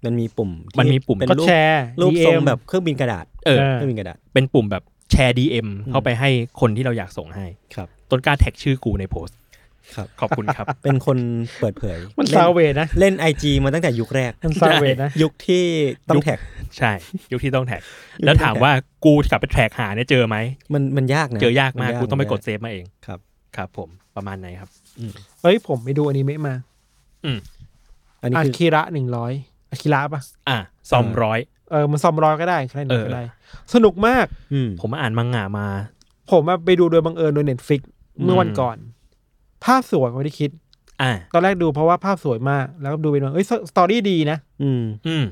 Speaker 4: มันมีปุ่มที่
Speaker 3: มันมีปุ่ม
Speaker 4: เป็น
Speaker 5: ก็
Speaker 4: รูป
Speaker 5: แชร์
Speaker 4: รูปทรง
Speaker 5: DM
Speaker 4: แบบเครื่องบินกระดาษ
Speaker 3: เออ
Speaker 5: เออ
Speaker 4: เครื่องบินกระดาษ
Speaker 3: เป็นปุ่มแบบแชร์ DM
Speaker 4: อืม
Speaker 3: เข้าไปให้คนที่เราอยากส่งให้
Speaker 4: ครับ
Speaker 3: ต้นกล้าแท็กชื่อกูในโพสต์
Speaker 4: ครับ
Speaker 3: ขอบคุณครับ
Speaker 4: เป็นคนเปิดเผย
Speaker 5: มัน
Speaker 4: เล่
Speaker 5: ซาเวนะ
Speaker 4: เล่นไอจีมาตั้งแต่ยุคแรก
Speaker 5: มันซาเวนะ
Speaker 4: ยุคที่ต้อง
Speaker 3: ยุค
Speaker 4: แท็ก
Speaker 3: ใช่ ยุคที่ ต้องแท็
Speaker 4: ย
Speaker 3: ก
Speaker 4: ุคที่
Speaker 3: แล้วถามว่ากูกลับไปแท็กหาเนี่ยเจอไหม
Speaker 4: มันมันยากนะ
Speaker 3: เจอยากมาก
Speaker 4: น
Speaker 3: กูต้องไปกด
Speaker 4: มันยา
Speaker 3: เซฟมาเอง
Speaker 4: ครับ
Speaker 3: ครับผมประมาณไหนครับ
Speaker 4: อืม
Speaker 5: เอ้ยผมไปดูอนิเมะมา
Speaker 4: อันนี้
Speaker 5: อา
Speaker 4: คือ
Speaker 5: คิระหนึ่งร้อยอาคิระปะ
Speaker 3: อ่ะซอมร้อย
Speaker 5: เออมันซอมรอยก็ได้ใครหนึ่ง
Speaker 3: เออ
Speaker 5: ก็ได้ สนุกมาก
Speaker 4: อืม
Speaker 3: ผมอ่านมังงะมา
Speaker 5: ผมอะไปดูโดยบังเอิญโดยเน็ตฟิก
Speaker 3: อืม
Speaker 5: เมื่อวันก่อน ภาพสวยกว่าที่คิด
Speaker 3: อ่ะ
Speaker 5: ตอนแรกดูเพราะว่าภาพสวยมาก แล้วก็ดูเป็นว่าเอ้ยสสตอรี่ดีนะ
Speaker 4: อืม
Speaker 3: อืม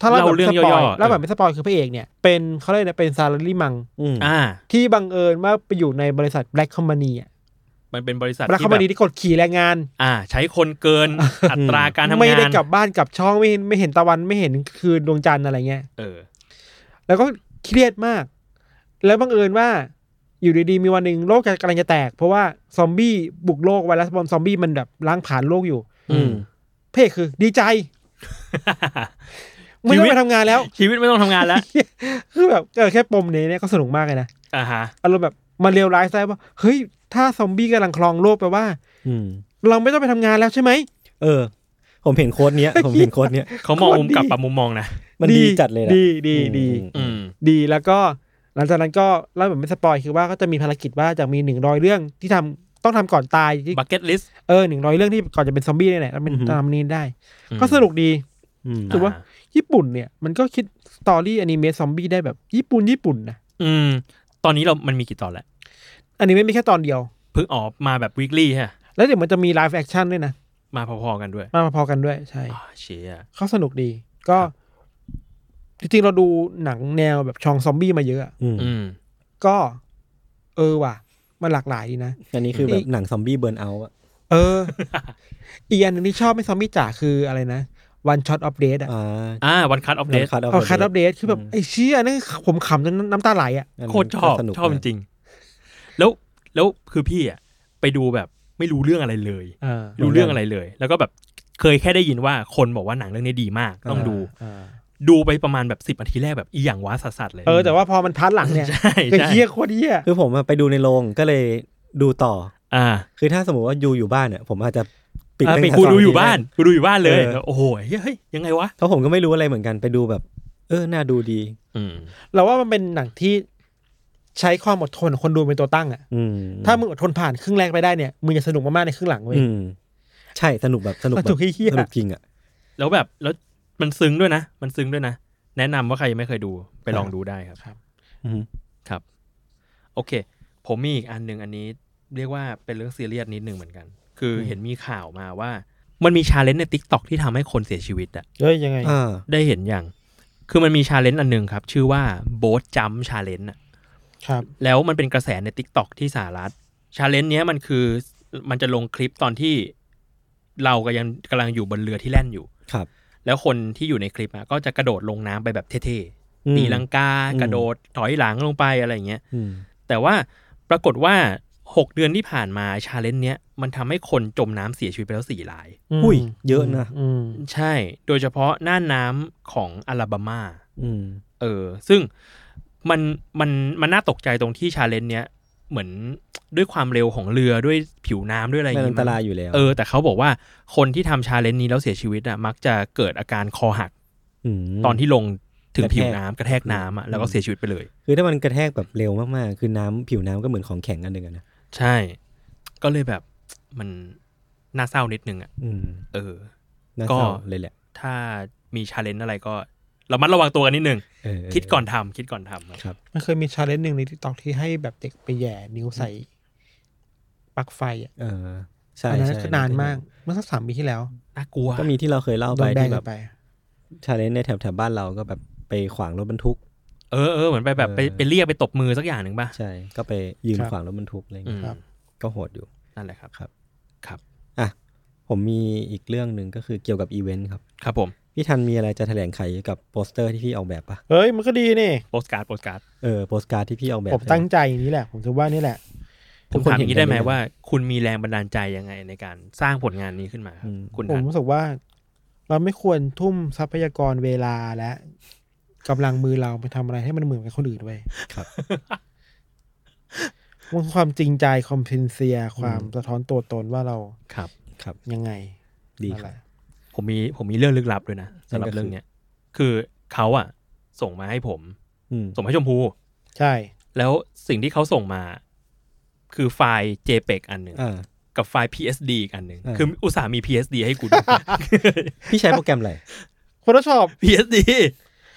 Speaker 5: ถ้าเราแบบ
Speaker 3: เล่าเรื่อง
Speaker 5: สปอย
Speaker 3: ย่อๆ
Speaker 5: เล่าแบบไม่สปอยคือพระเอกเนี่ย เป็นเขาเรียกนะเป็นซาลารีมัง
Speaker 4: อืม
Speaker 3: อ่า
Speaker 5: ที่บังเอิญว่าไปอยู่ในบริษัทแบล็คคอมมานีอ่ะ
Speaker 3: มันเป็นบริษัท
Speaker 5: แบล็คคอ
Speaker 3: ที่
Speaker 5: ม
Speaker 3: แบ
Speaker 5: มานี
Speaker 3: บ
Speaker 5: ที่กดขี่แรงงาน
Speaker 3: อ่า ใช้คนเกินอัตราการทำงาน
Speaker 5: ไม่ได้กลับบ้านกลับช่องไม่เห็นไม่เห็นตะวันไม่เห็นคืนดวงจันทร์อะไรเงี้ย
Speaker 3: เออ
Speaker 5: แล้วก็เครียดมาก แล้วบังเอิญว่าอยู่ดีๆมีวันหนึ่งโลกกำลังจะแตก เพราะว่าซอมบี้บุกโลกไวรัสบอมซอมบี้มันแบบล้างผ่านโลกอยู่
Speaker 3: อื ม
Speaker 5: เพศคือดีใจ ไม่ต้อง
Speaker 3: ชีวิ
Speaker 5: ไป
Speaker 3: ต
Speaker 5: ทำงานแล้ว
Speaker 3: ชีวิตไม่ต้องทำงานแล้ว
Speaker 5: คือแบบเออแค่ปมนี้เนี่ยก็สนุกมากเลยนะ
Speaker 3: อ่าฮะ
Speaker 5: อารมณ์แบบมันเลวร้ายซะว่าเฮ้ยถ้าซอมบี้กำลังครองโลกแปลว่า
Speaker 4: อืม
Speaker 5: เราไม่ต้องไปทำงานแล้วใช่ไหม
Speaker 4: เออ ผมเห็นโค้ดเนี้ย ผมเห็นโค้ดเนี้ย
Speaker 3: เขามองมุม
Speaker 5: โคตรดี
Speaker 3: กลับปรับมุมมองนะ
Speaker 4: มันดีจัดเลยนะ
Speaker 5: ดีดีดี
Speaker 3: อืม
Speaker 5: ดีแล้วก็หลังจากนั้นก็เล่าแบบไม่สปอยคือว่าก็จะมีภารกิจว่าจะมีหนึ่งร้อยเรื่องที่ทำต้องทำก่อนตายที่
Speaker 3: บักเก็ตลิส
Speaker 5: เออหนึ่งร้อยเรื่องที่ก่อนจะเป็นซอมบี้เนี่ยแหละต้องเป็นตามนี้ได้ ก็สนุกดี
Speaker 4: อืม
Speaker 5: ถือว่า ญี่ปุ่นเนี่ย มันก็คิดสตอรี่อนิเมะซอมบี้ได้แบบญี่ปุ่นญี่ปุ่นนะ
Speaker 3: อืม ตอนนี้เรามันมีกี่ตอนแล้ว
Speaker 5: อนิเมะมีแค่ตอนเดียว
Speaker 3: เพิ่งออกมาแบบวีคลี่ฮะ
Speaker 5: แล้วเดี๋ยวมันจะมีไลฟ์แอคชั่นด้วยนะ
Speaker 3: มาพอๆกันด้วย
Speaker 5: มาพอๆกันด้วยใช่
Speaker 3: อ่าเชีย
Speaker 5: เขาสนุกดี ก็ จริงๆเราดูหนังแนวแบบชองซอมบี้มาเยอะอะ
Speaker 4: อืม
Speaker 3: อืม
Speaker 5: ก็ เออว่ะมันหลากหลายดีนะ
Speaker 4: อันนี้คือแบบหนังซอมบี้เบิร์นเอาท์อะ
Speaker 5: เออ อีกอันหนึงที่ชอบไม่ซอมบี้จ๋าคืออะไรนะวันช็อตอัปเดตอ่ะ
Speaker 4: อ่า
Speaker 3: อ่าวันคัตออฟเดต
Speaker 4: คัด
Speaker 5: เอาคัดอัปเดตคือแบบไอ้เชี่ยนั่นผมขำจนน้ำตาไหลอ่ะ
Speaker 3: โคตรชอบชอบจริงๆแล้วแล้วคือพี่อ่ะไปดูแบบไม่รู้เรื่องอะไรเลย รู้เรื่องอะไรเลย แล้วก็แบบเคยแค่ได้ยินว่าคนบอกว่าหนังเรื่องนี้ดีมาก ต้องดู ดูไปประมาณแบบสิบนาทีแรกแบบอีหยังว้าสัสๆเลย
Speaker 5: เออ แต่ว่าพอมันพาร์ทหลังเนี่ย
Speaker 3: ใช่
Speaker 5: ก็
Speaker 3: ใช่
Speaker 5: เฮี้ยโคตรเฮี้ย
Speaker 4: คือผมอะไปดูในโรงก็เลยดูต่อ
Speaker 3: อ่า
Speaker 4: คือถ้าสมมติว่ายูอยู่บ้านเนี่ยผมอาจจะปิด
Speaker 5: อ่ะ
Speaker 4: ตั้ง
Speaker 5: ปิด
Speaker 4: แต่
Speaker 3: กู
Speaker 4: สง
Speaker 3: ดูอยู่
Speaker 4: ทีแรก
Speaker 3: บ้านกูดูอยู่บ้านเลย
Speaker 4: เออ
Speaker 3: แล้วโอ้โหเฮ้ยเฮ้ยยังไงวะ
Speaker 4: เพราะผมก็ไม่รู้อะไรเหมือนกันไปดูแบบ เออ น่าดูดี
Speaker 3: อืม
Speaker 5: เราว่ามันเป็นหนังที่ใช้ความอดทนของคนดูเป็นตัวตั้งอ่ะ
Speaker 4: อืม
Speaker 5: ถ้ามึงอดทนผ่านครึ่งแรกไปได้เนี่ยมึงจะสนุกมากๆในครึ่งหลังเว้ย
Speaker 4: อืมใช่สนุกแบบสนุกแบ
Speaker 5: สนุ
Speaker 4: บ
Speaker 5: กเหี้ย
Speaker 4: สนุกจริงอ่ะ
Speaker 3: แล้วแบบแล้วมันซึ้งด้วยนะ มันซึ้งด้วยนะ แนะนำว่าใครยังไม่เคยดูไปลองดูได้ครับ
Speaker 5: ครับ
Speaker 4: อืม
Speaker 3: โอเค ผมมีอีกอันหนึ่งอันนี้ เรียกว่าเป็นเรื่องซีเรียสนิดหนึ่งเหมือนกัน คือเห็นมีข่าวมาว่า มันมีชาเลนจ์ใน t ิกตอกที่ทำให้คนเสียชีวิตอะ
Speaker 5: เฮ้ยยังไง
Speaker 4: อ่า
Speaker 3: ได้เห็นอย่าง คือมันมีชาเลนจ์อันหนึ่งครับ ชื่อว่าโบ๊ทจัมชาเลนจ์อะ
Speaker 5: ครับ
Speaker 3: แล้วมันเป็นกระแสใน t ิกตอกที่สหรัฐชาเลนจ์เนี้ยมันคือมันจะลงคลิปตอนที่เรากำลังกำลังอยู่บนเรือที่แล่นอยู่
Speaker 4: ครับ
Speaker 3: แล้วคนที่อยู่ในคลิปอะก็จะกระโดดลงน้ำไปแบบเท่
Speaker 4: อื
Speaker 3: ๆ
Speaker 4: ม
Speaker 3: ตีลังกา
Speaker 4: อืม
Speaker 3: กระโดดถอยหลังลงไปอะไรอย่างเงี้ย
Speaker 4: อืม
Speaker 3: แต่ว่าปรากฏว่า 6 เดือนที่ผ่านมาชาเลนจ์เนี้ยมันทำให้คนจมน้ำเสียชีวิตไปแล้ว4ราย
Speaker 4: อุ้ยเยอะนะ
Speaker 5: อืม
Speaker 3: ใช่ โดยเฉพาะหน้าน้ำของอลาบามา
Speaker 4: อืม
Speaker 3: เออ ซึ่งมันมันมันน่าตกใจตรงที่ชาเลนจ์เนี้ยเหมือนด้วยความเร็วของเรือด้วยผิวน้ำด้วยอะไรอย่าง
Speaker 4: มันอั
Speaker 3: งี้
Speaker 4: นตรายอยู่แล้ว
Speaker 3: เออ แต่เขาบอกว่าคนที่ทำชาเลนจ์นี้แล้วเสียชีวิตอ่ะมักจะเกิดอาการคอหัก
Speaker 4: ม
Speaker 3: ตอนที่ลงถึง
Speaker 4: กระแทก
Speaker 3: ผิวน้ำกระแทกน้ำอ่ะแล้วก็เสียชีวิตไปเลย
Speaker 4: คือถ้ามันกระแทกแบบเร็วมากๆ คือน้ำผิวน้ำก็เหมือนของแข็งอันหนึ่งอะนะ
Speaker 3: ใช่ ก็เลยแบบมันน่าเศร้านิดนึงอ่ะ
Speaker 4: อืม
Speaker 3: เออ
Speaker 4: น่า
Speaker 3: ก็
Speaker 4: เศร้าเลยแหละ
Speaker 3: ถ้ามีชาเลนจ์อะไรก็ระมัดระวังตัวกันนิดนึง
Speaker 4: เออ
Speaker 3: คิดก่อนทำคิดก่อนทำ
Speaker 4: ครับ
Speaker 5: มันเคยมีชาเลนจ์หนึ่งในทิกตอกที่ให้แบบเด็กไปแหย่นิ้วใส่ปลั๊กไฟอ่ะ
Speaker 4: เออใช่
Speaker 5: อันนั้น
Speaker 4: ใช่
Speaker 5: คือนานมากเมื่อสักสามปีที่แล้ว
Speaker 3: น่ากลัว
Speaker 4: ก็มีที่เราเคยเล่า
Speaker 5: โด
Speaker 4: ไป
Speaker 5: นแบน
Speaker 4: ที่แบ
Speaker 5: กับ นไป
Speaker 4: ชาเลนจ์ในแถบแถบบ้านเราก็แบบไปขวางรถบรรทุก
Speaker 3: เออเออเหมือนไปแบบไป
Speaker 4: เออ
Speaker 3: ไปเรียกไปตบมือสักอย่างหนึ่งป่ะ
Speaker 4: ใช่ ก็ไปยืน
Speaker 5: ครับ
Speaker 4: ขวางรถบรรทุกอะไรอย่าง
Speaker 3: อื
Speaker 4: เงี้ย
Speaker 3: ม
Speaker 5: ครับ
Speaker 4: ก็โหดอยู่
Speaker 3: นั่นแหละครับ
Speaker 4: อ่ะ ผมมีอีกเรื่องหนึ่งก็คือเกี่ยวกับอีเวนต์ครับ
Speaker 3: ครับผม
Speaker 4: พี่ทันมีอะไรจะแถลงไขเกี่ยวกับโปสเตอร์ที่พี่ออกแบบปะ
Speaker 5: เฮ้ยมันก็ดีนี่
Speaker 3: โปสการ์ดโปสการ์ด
Speaker 4: เออโปสการ์ดที่พี่ออกแบบ
Speaker 5: ผมตั้งใจอย่างนี้แหละ ผมจะว่านี่แหละ
Speaker 3: ผ
Speaker 4: ทุ
Speaker 3: ม
Speaker 4: กคน
Speaker 3: ถามอ
Speaker 4: เห็
Speaker 3: ย่าน งนี้
Speaker 4: กั
Speaker 3: ได้
Speaker 4: น
Speaker 3: ไหม
Speaker 4: รือยัง
Speaker 3: ว่าคุณมีแรงบันดาลใจยังไงในการสร้างผลงานนี้ขึ้นมาครั
Speaker 4: อื
Speaker 3: บ
Speaker 4: ม
Speaker 3: คุณ
Speaker 5: ผม
Speaker 3: ทัน
Speaker 5: รู้สึกว่าเราไม่ควรทุ่มทรัพยากรเวลาและกำลังมือเราไปทำอะไรให้มันเหมือนกับคนอื่นไว้ย
Speaker 4: ครับ
Speaker 5: มันคือความจริงใจความพินเซียความสะท้อนตัวตนว่าเรา
Speaker 3: ครับ
Speaker 4: ครับ
Speaker 5: ยังไง
Speaker 4: ดี
Speaker 5: นั่
Speaker 4: ค
Speaker 5: นแห
Speaker 4: รับ
Speaker 5: ละ
Speaker 3: ผมมีผมมีเรื่องลึกลับด้วยนะสำหรับ
Speaker 4: นั่นก็คือ
Speaker 3: เรื่องเนี้ยคือเขาอ่ะ ส่งมาให้ผม
Speaker 4: อืม
Speaker 3: ส่งมาให้ชมพู
Speaker 5: ใช่
Speaker 3: แล้วสิ่งที่เขาส่งมา คือไฟล์ JPEG อันหนึ่ง
Speaker 4: อ่า
Speaker 3: กับไฟล์ PSD อีกอันหนึ่ง
Speaker 4: เออ
Speaker 3: คืออุตส่าห์มี PSD ให้กูดู
Speaker 4: พี่ใช้โปรแกรมอะไร
Speaker 5: คนทดสอบ
Speaker 3: PSD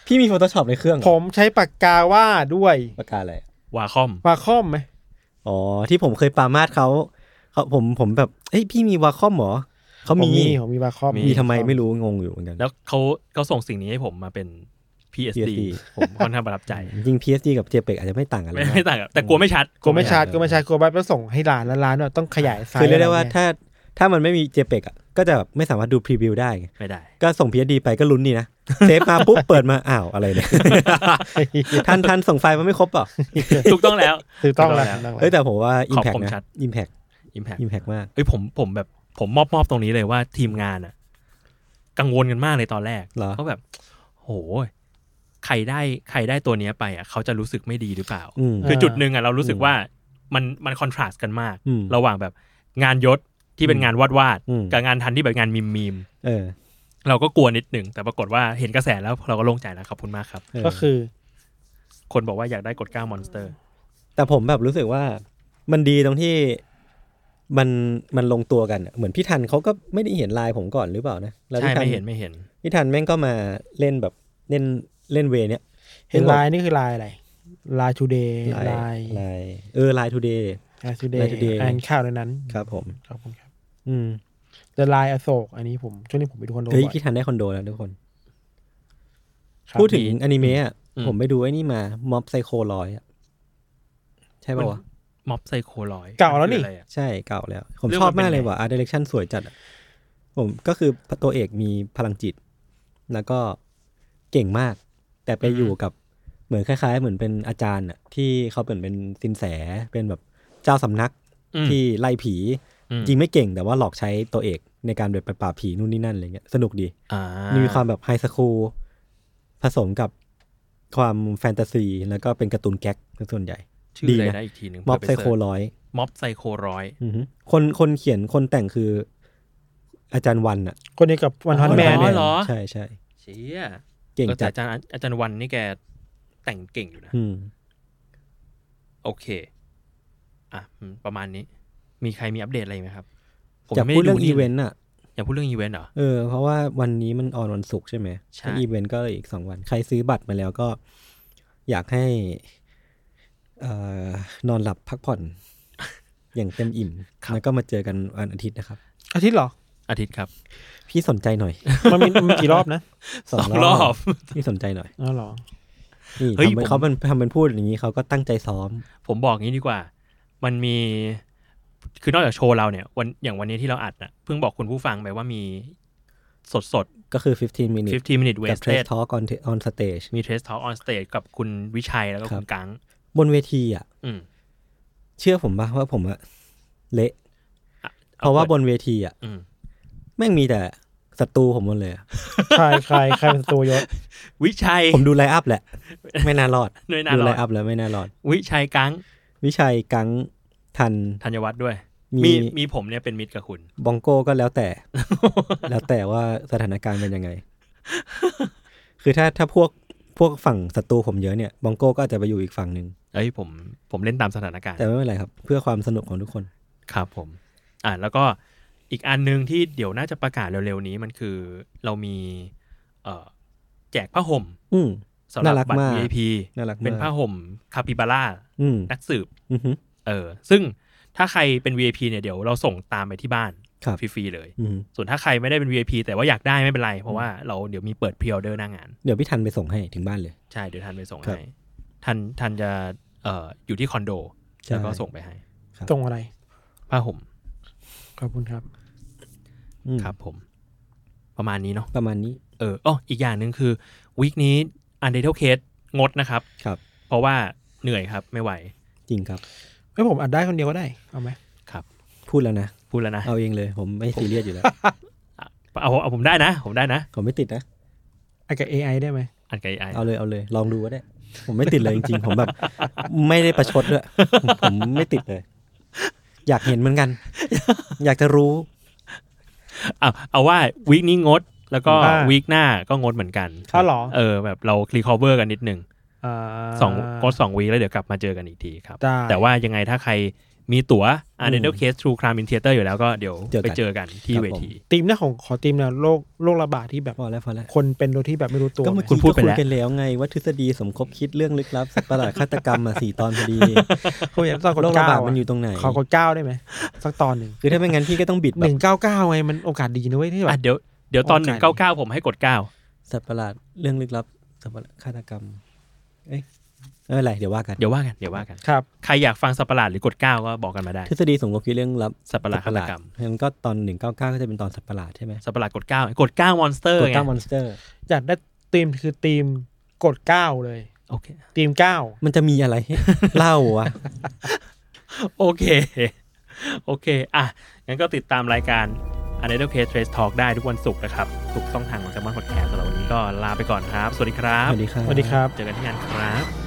Speaker 4: พี่มี Photoshop ในเครื่องเหรอ
Speaker 5: ผมใช้ปากกาว่าดด้วย
Speaker 4: ปากกาอะไร
Speaker 3: วาคอม
Speaker 5: วาคอมไหม
Speaker 4: อ๋อ ที่ผมเคยปรามาดเขาเขาผมผมแบบเอ้ยพี่มีวาคอมเหรอเขา
Speaker 5: ผม
Speaker 4: มี
Speaker 5: มีผมมีวาคอม
Speaker 4: มีทำไมไม่รู้งงอยู่เหมือนกัน
Speaker 3: แล้วเขาเขาส่งสิ่งนี้ให้ผมมาเป็น PSD
Speaker 4: PSD
Speaker 3: ผมค่อนข้างประทับใจ
Speaker 4: จริง PSD กับ JPEG อาจจะไม่ต่างกันเล
Speaker 3: ไม่
Speaker 4: ย
Speaker 3: ไม่ต่างกับแต่กลัวไม่ชัด
Speaker 5: กลัวไม่ชาร์จ
Speaker 4: เออ
Speaker 5: กลัวไม่ชาร์จกลัวบัตรแล้วส่งให้ร้านแล้วร้านเนี่ยต้องขยายไซส์
Speaker 4: คือเรียกได้ว่า
Speaker 5: ะไงี้
Speaker 4: ถ้าถ้ามันไม่มี JPEG อ่ะก็จะแบบไม่สามารถดูพรีวิวได้ไง
Speaker 3: ไม่ได้
Speaker 4: ก็ส่ง PSD ไปก็ลุ้นนี่นะ เซฟมาปุ๊บ เปิดมาอ้าวอะไรเนี่ย ทันทันส่งไฟล์มาไม่ครบเปล่ะ
Speaker 3: ถูกต้องแล้ว
Speaker 5: ถูกต้อง
Speaker 3: ถูกต้อง
Speaker 5: แล้ว
Speaker 3: แล้ว
Speaker 5: ถูกต้องแล้ว
Speaker 4: เอ้ยแต่ผมว่า
Speaker 3: ขอบ
Speaker 4: Impact
Speaker 3: ผม
Speaker 4: นะ
Speaker 3: ชัด
Speaker 4: Impact
Speaker 3: Impact
Speaker 4: Impact มาก
Speaker 3: เอ้ยผมผมแบบผมมอบมอบตรงนี้เลยว่าทีมงานอะกังวลกันมากเลยตอนแรก
Speaker 4: เหรอ
Speaker 3: เขาแบบ โหยใครได้ใครได้ตัวเนี้ยไปอะเขาจะรู้สึกไม่ดีหรือเปล่า
Speaker 4: อืม
Speaker 3: คือจุดหนึ่งอะเรารู้สึกว่ามันมันคอนทราสต์กันมาก
Speaker 4: อืม
Speaker 3: ระหว่างแบบงานยศที่เป็นงานวาดวาดๆ
Speaker 4: อืม
Speaker 3: กับงานทันที่แบบงานมีมมีม
Speaker 4: เออ
Speaker 3: ๆเราก็กลัวนิดหนึ่งแต่ปรากฏว่าเห็นกระแสแล้วเราก็โล่งใจแล้วขอบคุณมากครับ
Speaker 4: เออ
Speaker 5: ก็คือ
Speaker 3: คนบอกว่าอยากได้กดก้ามอนสเตอร์
Speaker 4: แต่ผมแบบรู้สึกว่ามันดีตรงที่มันมันลงตัวกันอะเหมือนพี่ทันเขาก็ไม่ได้เห็นไลน์ผมก่อนหรือเปล่านะแล้ว
Speaker 3: ใช่
Speaker 4: พี่ทั
Speaker 3: ไม่เห็นไม่เห็น
Speaker 4: พี่ทันแม่งก็มาเล่นแบบเล่นเล่นเวย์เนี้ย
Speaker 5: เห็นไลน์นี่คือไลน์อะไรไลน์ทูเดย์
Speaker 4: ไลน์
Speaker 5: ไลน์
Speaker 4: ไลน์เออไลน์ทูเดย์
Speaker 5: ไลน์ทูเด
Speaker 4: Line Today
Speaker 5: ย์อ่านข่าวในนั้น
Speaker 4: ครับผม
Speaker 5: ขอบคุณครับ
Speaker 4: อืม
Speaker 5: แต่ไลน์อโศกอันนี้ผมช่วงนี้ผมไปดูคอนโด
Speaker 4: เฮ้ย
Speaker 5: บ่อย
Speaker 4: พี่ทันได้คอนโดแล้วทุกคน
Speaker 5: ครับ
Speaker 4: พูดถึงอนิเมะอะ
Speaker 3: อืม
Speaker 4: ผมไปดูไอ้นี่มาม็อบไซโคลอยใช่ป่าวะ
Speaker 3: ม็อบไซโคลอย
Speaker 5: เก่าแล้วนี่
Speaker 3: คืออะไรอะ
Speaker 4: ใช่เก่าแล้ว ผม
Speaker 3: เรื่อง
Speaker 4: ชอบ
Speaker 3: มัน
Speaker 4: มา
Speaker 3: เป็
Speaker 4: ก
Speaker 3: น
Speaker 4: เลย
Speaker 3: ไง
Speaker 4: ว่ะอาร์ตเดเรคชั่นสวยจัดอะผมก็คือตัวเอกมีพลังจิต แล้วก็เก่งมาก แต่ไปอยู่กับเหมือนคล้าย ๆ เหมือนเป็นอาจารย์อะที่เขาเป็นเป็นสินแสเป็นแบบเจ้าสำนัก
Speaker 3: อืม
Speaker 4: ที่ไล่ผี
Speaker 3: อืม
Speaker 4: จริงไม่เก่งแต่ว่าหลอกใช้ตัวเอกในการแบบไปปราบผีนู่นนี่นั่นอะไรเงี้ยสนุกดี
Speaker 3: อ่า
Speaker 4: มีความแบบไฮสคูลผสมกับความแฟนตาซี แล้วก็เป็นการ์ตูนแก๊กเป็นส่วนใหญ่
Speaker 3: ชื่อ
Speaker 4: ดี
Speaker 3: อะไร
Speaker 4: นะ
Speaker 3: ได้อีกทีหนึ่ง
Speaker 4: ม็อบไซ
Speaker 3: เผื่
Speaker 4: โค
Speaker 3: ปเสิร์ช
Speaker 4: ร้อย
Speaker 3: ม็อบไซโคลอย
Speaker 4: คนคนเขียนคนแต่งคืออาจารย์วันอะ
Speaker 5: คนนี้กับวันฮอนแมน
Speaker 3: อ๋อ
Speaker 5: เนี่ย
Speaker 3: เหรอ
Speaker 4: ใช่ใช่
Speaker 3: เชี่ย
Speaker 4: เก่ง
Speaker 3: เออแต่
Speaker 4: จัด
Speaker 3: อาจารย์อาจารย์วันนี่แกแต่งเก่งอยู่นะ
Speaker 4: อืม
Speaker 3: โอเค อ่ะอืมประมาณนี้ มีใครมีอัปเดตอะไรไหมครับ
Speaker 4: อยากพูดเรื่องอีเวน
Speaker 3: ต์
Speaker 4: ต์อะ
Speaker 3: อยากพูดเรื่องอีเวนต์เหรอ
Speaker 4: เออเพราะว่าวันนี้มันออนวันศุกร์ใช่ไหม
Speaker 3: ใช่
Speaker 4: ถ้าอีเวนต์ก็เหลยอีกสองวัน ใครซื้อบัตรมาแล้วก็ อยากให้เอ่อนอนหลับพักผ่อน อย่างเต็มอิ่มแล้วก็มาเจอกันวันอาทิตย์นะครับ
Speaker 5: อาทิตย์เหรอ
Speaker 3: อาทิตย์ครับ
Speaker 4: พี่สนใจหน่อย
Speaker 5: มันมีมันมีกี่รอบนะ
Speaker 3: สองรอบ
Speaker 4: นี่สนใจหน่อย
Speaker 5: อ๋อเหรอ
Speaker 4: นี่
Speaker 3: เฮ้ย
Speaker 4: ทำเป็น
Speaker 3: ผม
Speaker 4: เขาเป็นทำเป็นพูดอย่างนี้เขาก็ตั้งใจซ้อม
Speaker 3: ผมบอกงี้ดีกว่า มันมี คือนอกจากโชว์เราเนี่ย วันอย่างวันนี้ที่เราอัดนะเพิ่งบอกคุณผู้ฟังไปว่ามีสดสด
Speaker 4: ก็คือ 15 minutes
Speaker 3: ๆ15 minute
Speaker 4: กับ
Speaker 3: wasted
Speaker 4: Trace Talk on on stage
Speaker 3: มี Trace Talk on stage กับคุณวิชัยแล้วก็
Speaker 4: ครับ
Speaker 3: คุณกัง
Speaker 4: บนเวทีอ่ะ
Speaker 3: อืม
Speaker 4: เชื่อผมปะว่าผมอะเละ
Speaker 3: อ่
Speaker 4: เพราะว่าบนเวทีอ่ะ
Speaker 3: อืม
Speaker 4: แม่งมีแต่ศัตรูผมหมดเลยอะ
Speaker 5: ใครใครใครเป็นตัวยศ
Speaker 3: วิชัย
Speaker 4: ผมดูไลน์อัพแหละ ไม่น่ารอด
Speaker 3: ไม่น่ารอด
Speaker 4: ดูไลน์อัพแล้วไม่น่ารอด
Speaker 3: วิชัยกัง
Speaker 4: วิชัยกังทัน
Speaker 3: ธัญวัฒน์ด้วย
Speaker 4: มี
Speaker 3: มีมีผมเนี่ยเป็นมิตรกับคุณ
Speaker 4: บองโก้ก็แล้ว แต่ แล้วแต่ว่าสถานการณ์เป็นยังไง คือถ้าถ้าพวกพวกฝั่งศัตรูผมเยอะเนี่ยบองโก้ก็อาจจะไปอยู่อีกฝั่งหนึ่ง
Speaker 3: เอ้ยผมผมเล่นตามสถานการณ์
Speaker 4: แต่ไม่เป็นไรครับ เพื่อความสนุกของทุกคน
Speaker 3: ครับผม อ่าแล้วก็อีกอันหนึ่งที่เดี๋ยวน่าจะประกาศเร็วๆนี้มันคือเรามี เอ่อแจกผ้าห่ม
Speaker 4: อืม
Speaker 3: สำหรับ
Speaker 4: น่ารัก
Speaker 3: บัตร
Speaker 4: มาก
Speaker 3: VIP
Speaker 4: น่ารักมาก
Speaker 3: เป็นผ้าห่มคาปิบาร่า
Speaker 4: อืม
Speaker 3: นักสืบ
Speaker 4: อือฮึ
Speaker 3: เออ ซึ่งถ้าใครเป็น VIP เนี่ยเดี๋ยวเราส่งตามไปที่บ้าน
Speaker 4: ครับ
Speaker 3: ฟรีๆเลย
Speaker 4: อืม
Speaker 3: ส่วนถ้าใครไม่ได้เป็น VIP แต่ว่าอยากได้ไม่เป็นไร เพราะว่าเราเดี๋ยวมีเปิดพรีออเดอร์หน้างาน
Speaker 4: เดี๋ยวพี่ทันไปส่งให้ถึงบ้านเลย
Speaker 3: ใช่ เดี๋ยวทันไปส่ง
Speaker 4: ครับ
Speaker 3: ให้ทันทันจะเอ่ออยู่ที่คอนโด
Speaker 4: ใช่
Speaker 3: แล้วก็ส่งไปให้
Speaker 5: ตรงอะไร
Speaker 3: ผ้าห่ม
Speaker 5: ขอบคุณครับ
Speaker 4: อืม
Speaker 3: ครับ ผม ประมาณนี้เนาะ
Speaker 4: ประมาณนี้
Speaker 3: เอออ๋ออีกอย่างหนึ่งคือวีคนี้อันเดอร์เคสงดนะครับ
Speaker 4: ครับ
Speaker 3: เพราะว่าเหนื่อยครับไม่ไหว
Speaker 4: จริงครับ
Speaker 5: ไม่ผมอัดได้คนเดียวก็ได้ เอาไหม
Speaker 3: ครับ
Speaker 4: พูดแล้วนะ
Speaker 3: พูดแล้วนะ
Speaker 4: เอาเองเลย ผมไม่ซีเรียสอยู่ แล้ว
Speaker 3: เอาเอาผมได้นะ ผมได้นะ
Speaker 4: ผมไม่ติดนะ
Speaker 5: อัดกับ AI ได้ไหม
Speaker 3: อันไกไอ
Speaker 4: เอาเลยเอาเลย ลองดูก็ได้ ผมไม่ติดเลยจริงๆ ผมแบบ ไม่ได้ประชดด้วยผมผมไม่ติดเลย อยากเห็นเหมือนกัน อยากจะรู้
Speaker 3: เอาเอาว่าวีคนี้งด แล้วก็
Speaker 5: า
Speaker 3: วีคหน้าก็งดเหมือนกัน
Speaker 5: อ้าวเหรอ
Speaker 3: เออแบบเราคลีคอเวอร์กันนิดนึง
Speaker 5: อ่า
Speaker 3: สองงดสองวีคแล้วเดี๋ยวกลับมาเจอกันอีกทีครับ
Speaker 5: ได้
Speaker 3: แต่ว่ายังไงถ้าใคร มีตั๋วอ่า
Speaker 4: อืม
Speaker 3: เดนเดลเคสทรูครามอินเทเตอร์อยู่แล้วก็เดี๋ยว
Speaker 4: เจอกัน
Speaker 3: ไปเจอกันที่
Speaker 4: ครับ
Speaker 3: เว
Speaker 4: ผม
Speaker 3: ที
Speaker 5: ตีมหน้าของขอตีมแนวโรคโรคระบาดที่แบบ
Speaker 4: พอแล้วพอแล้ว
Speaker 5: คนเป็นโดยที่แบบไม่รู้ตัว
Speaker 4: ก็เมื่อ
Speaker 3: คุ
Speaker 4: กี้
Speaker 3: ณพู
Speaker 4: ก็
Speaker 3: ดไป
Speaker 4: คุย
Speaker 3: แล้ว
Speaker 4: กันแล้วไงว่าทฤษฎีสมคบคิดเรื่องลึกลับสัตว์ประหลาดฆาตกรรมมาสี่ตอนพอดี
Speaker 5: เขาอยากตอนกด
Speaker 4: โรคระ
Speaker 5: เก้า
Speaker 4: บาดมัน
Speaker 5: อะ
Speaker 4: อยู่ตรงไหน
Speaker 5: ขอกดเก้าได้ไหมสักตอนหนึ่ง
Speaker 4: คือถ้าไม่งั้นพี่ก็ต้องบิดแบ
Speaker 5: ห
Speaker 4: บ
Speaker 5: นึ่งเก้าเก้าไงมันโอกาสดีนะเว้ยที่แบ
Speaker 3: อ่ะ
Speaker 5: บ
Speaker 3: เดี๋ยวเดี๋ยวตอน
Speaker 5: โอ
Speaker 3: ห
Speaker 5: เค
Speaker 3: นึ่งเก้าเก้าผมให้กดเก้า
Speaker 4: สัตว์ประหลาดเรื่องลึกลับสัตว์ประหลาดฆาตกรรม เอ้ยไม่เป็นไรเดี๋ยวว่ากัน
Speaker 3: เดี๋ยวว่ากันเดี๋ยวว่ากัน
Speaker 5: ครับ
Speaker 3: ใครอยากฟังสัตว์ประหลาดหรือกดเก้าก็บอกกันมาได้
Speaker 4: ทฤษฎีสมคบคิดเรื่องลับ
Speaker 3: สัตว์ประหลาดฆาตกรรม
Speaker 4: งั้นก็ตอนหนึ่งเก้าเก้าก็จะเป็นตอนสัตว์ประหลาดใช่ไหม
Speaker 3: สัตว์ประหลาดกดเก้ากดเก้ามอนสเตอร์
Speaker 4: ตัว
Speaker 3: ไง
Speaker 4: ตั้งมอนสเตอร์
Speaker 5: อยากได้ตีมคือตีมกดเก้าเลย
Speaker 3: โอเค
Speaker 5: ตีมเก้า
Speaker 4: มันจะมีอะไรให้ เล่าวะ
Speaker 3: โอเคโอเคอ่ะงั้นก็ติดตามรายการอันเดอร์เคสเทรสทอล์กได้ทุกวันศุกร์นะครับทุกช่องทางของแซมมอนพอดแคสต์สำหรับวันนี้ก็ลาไปก่อนครับ สวัสดีครับ
Speaker 4: สวัสดีครับ
Speaker 5: สวัสดีครับ
Speaker 3: เจอกันที่งานครับ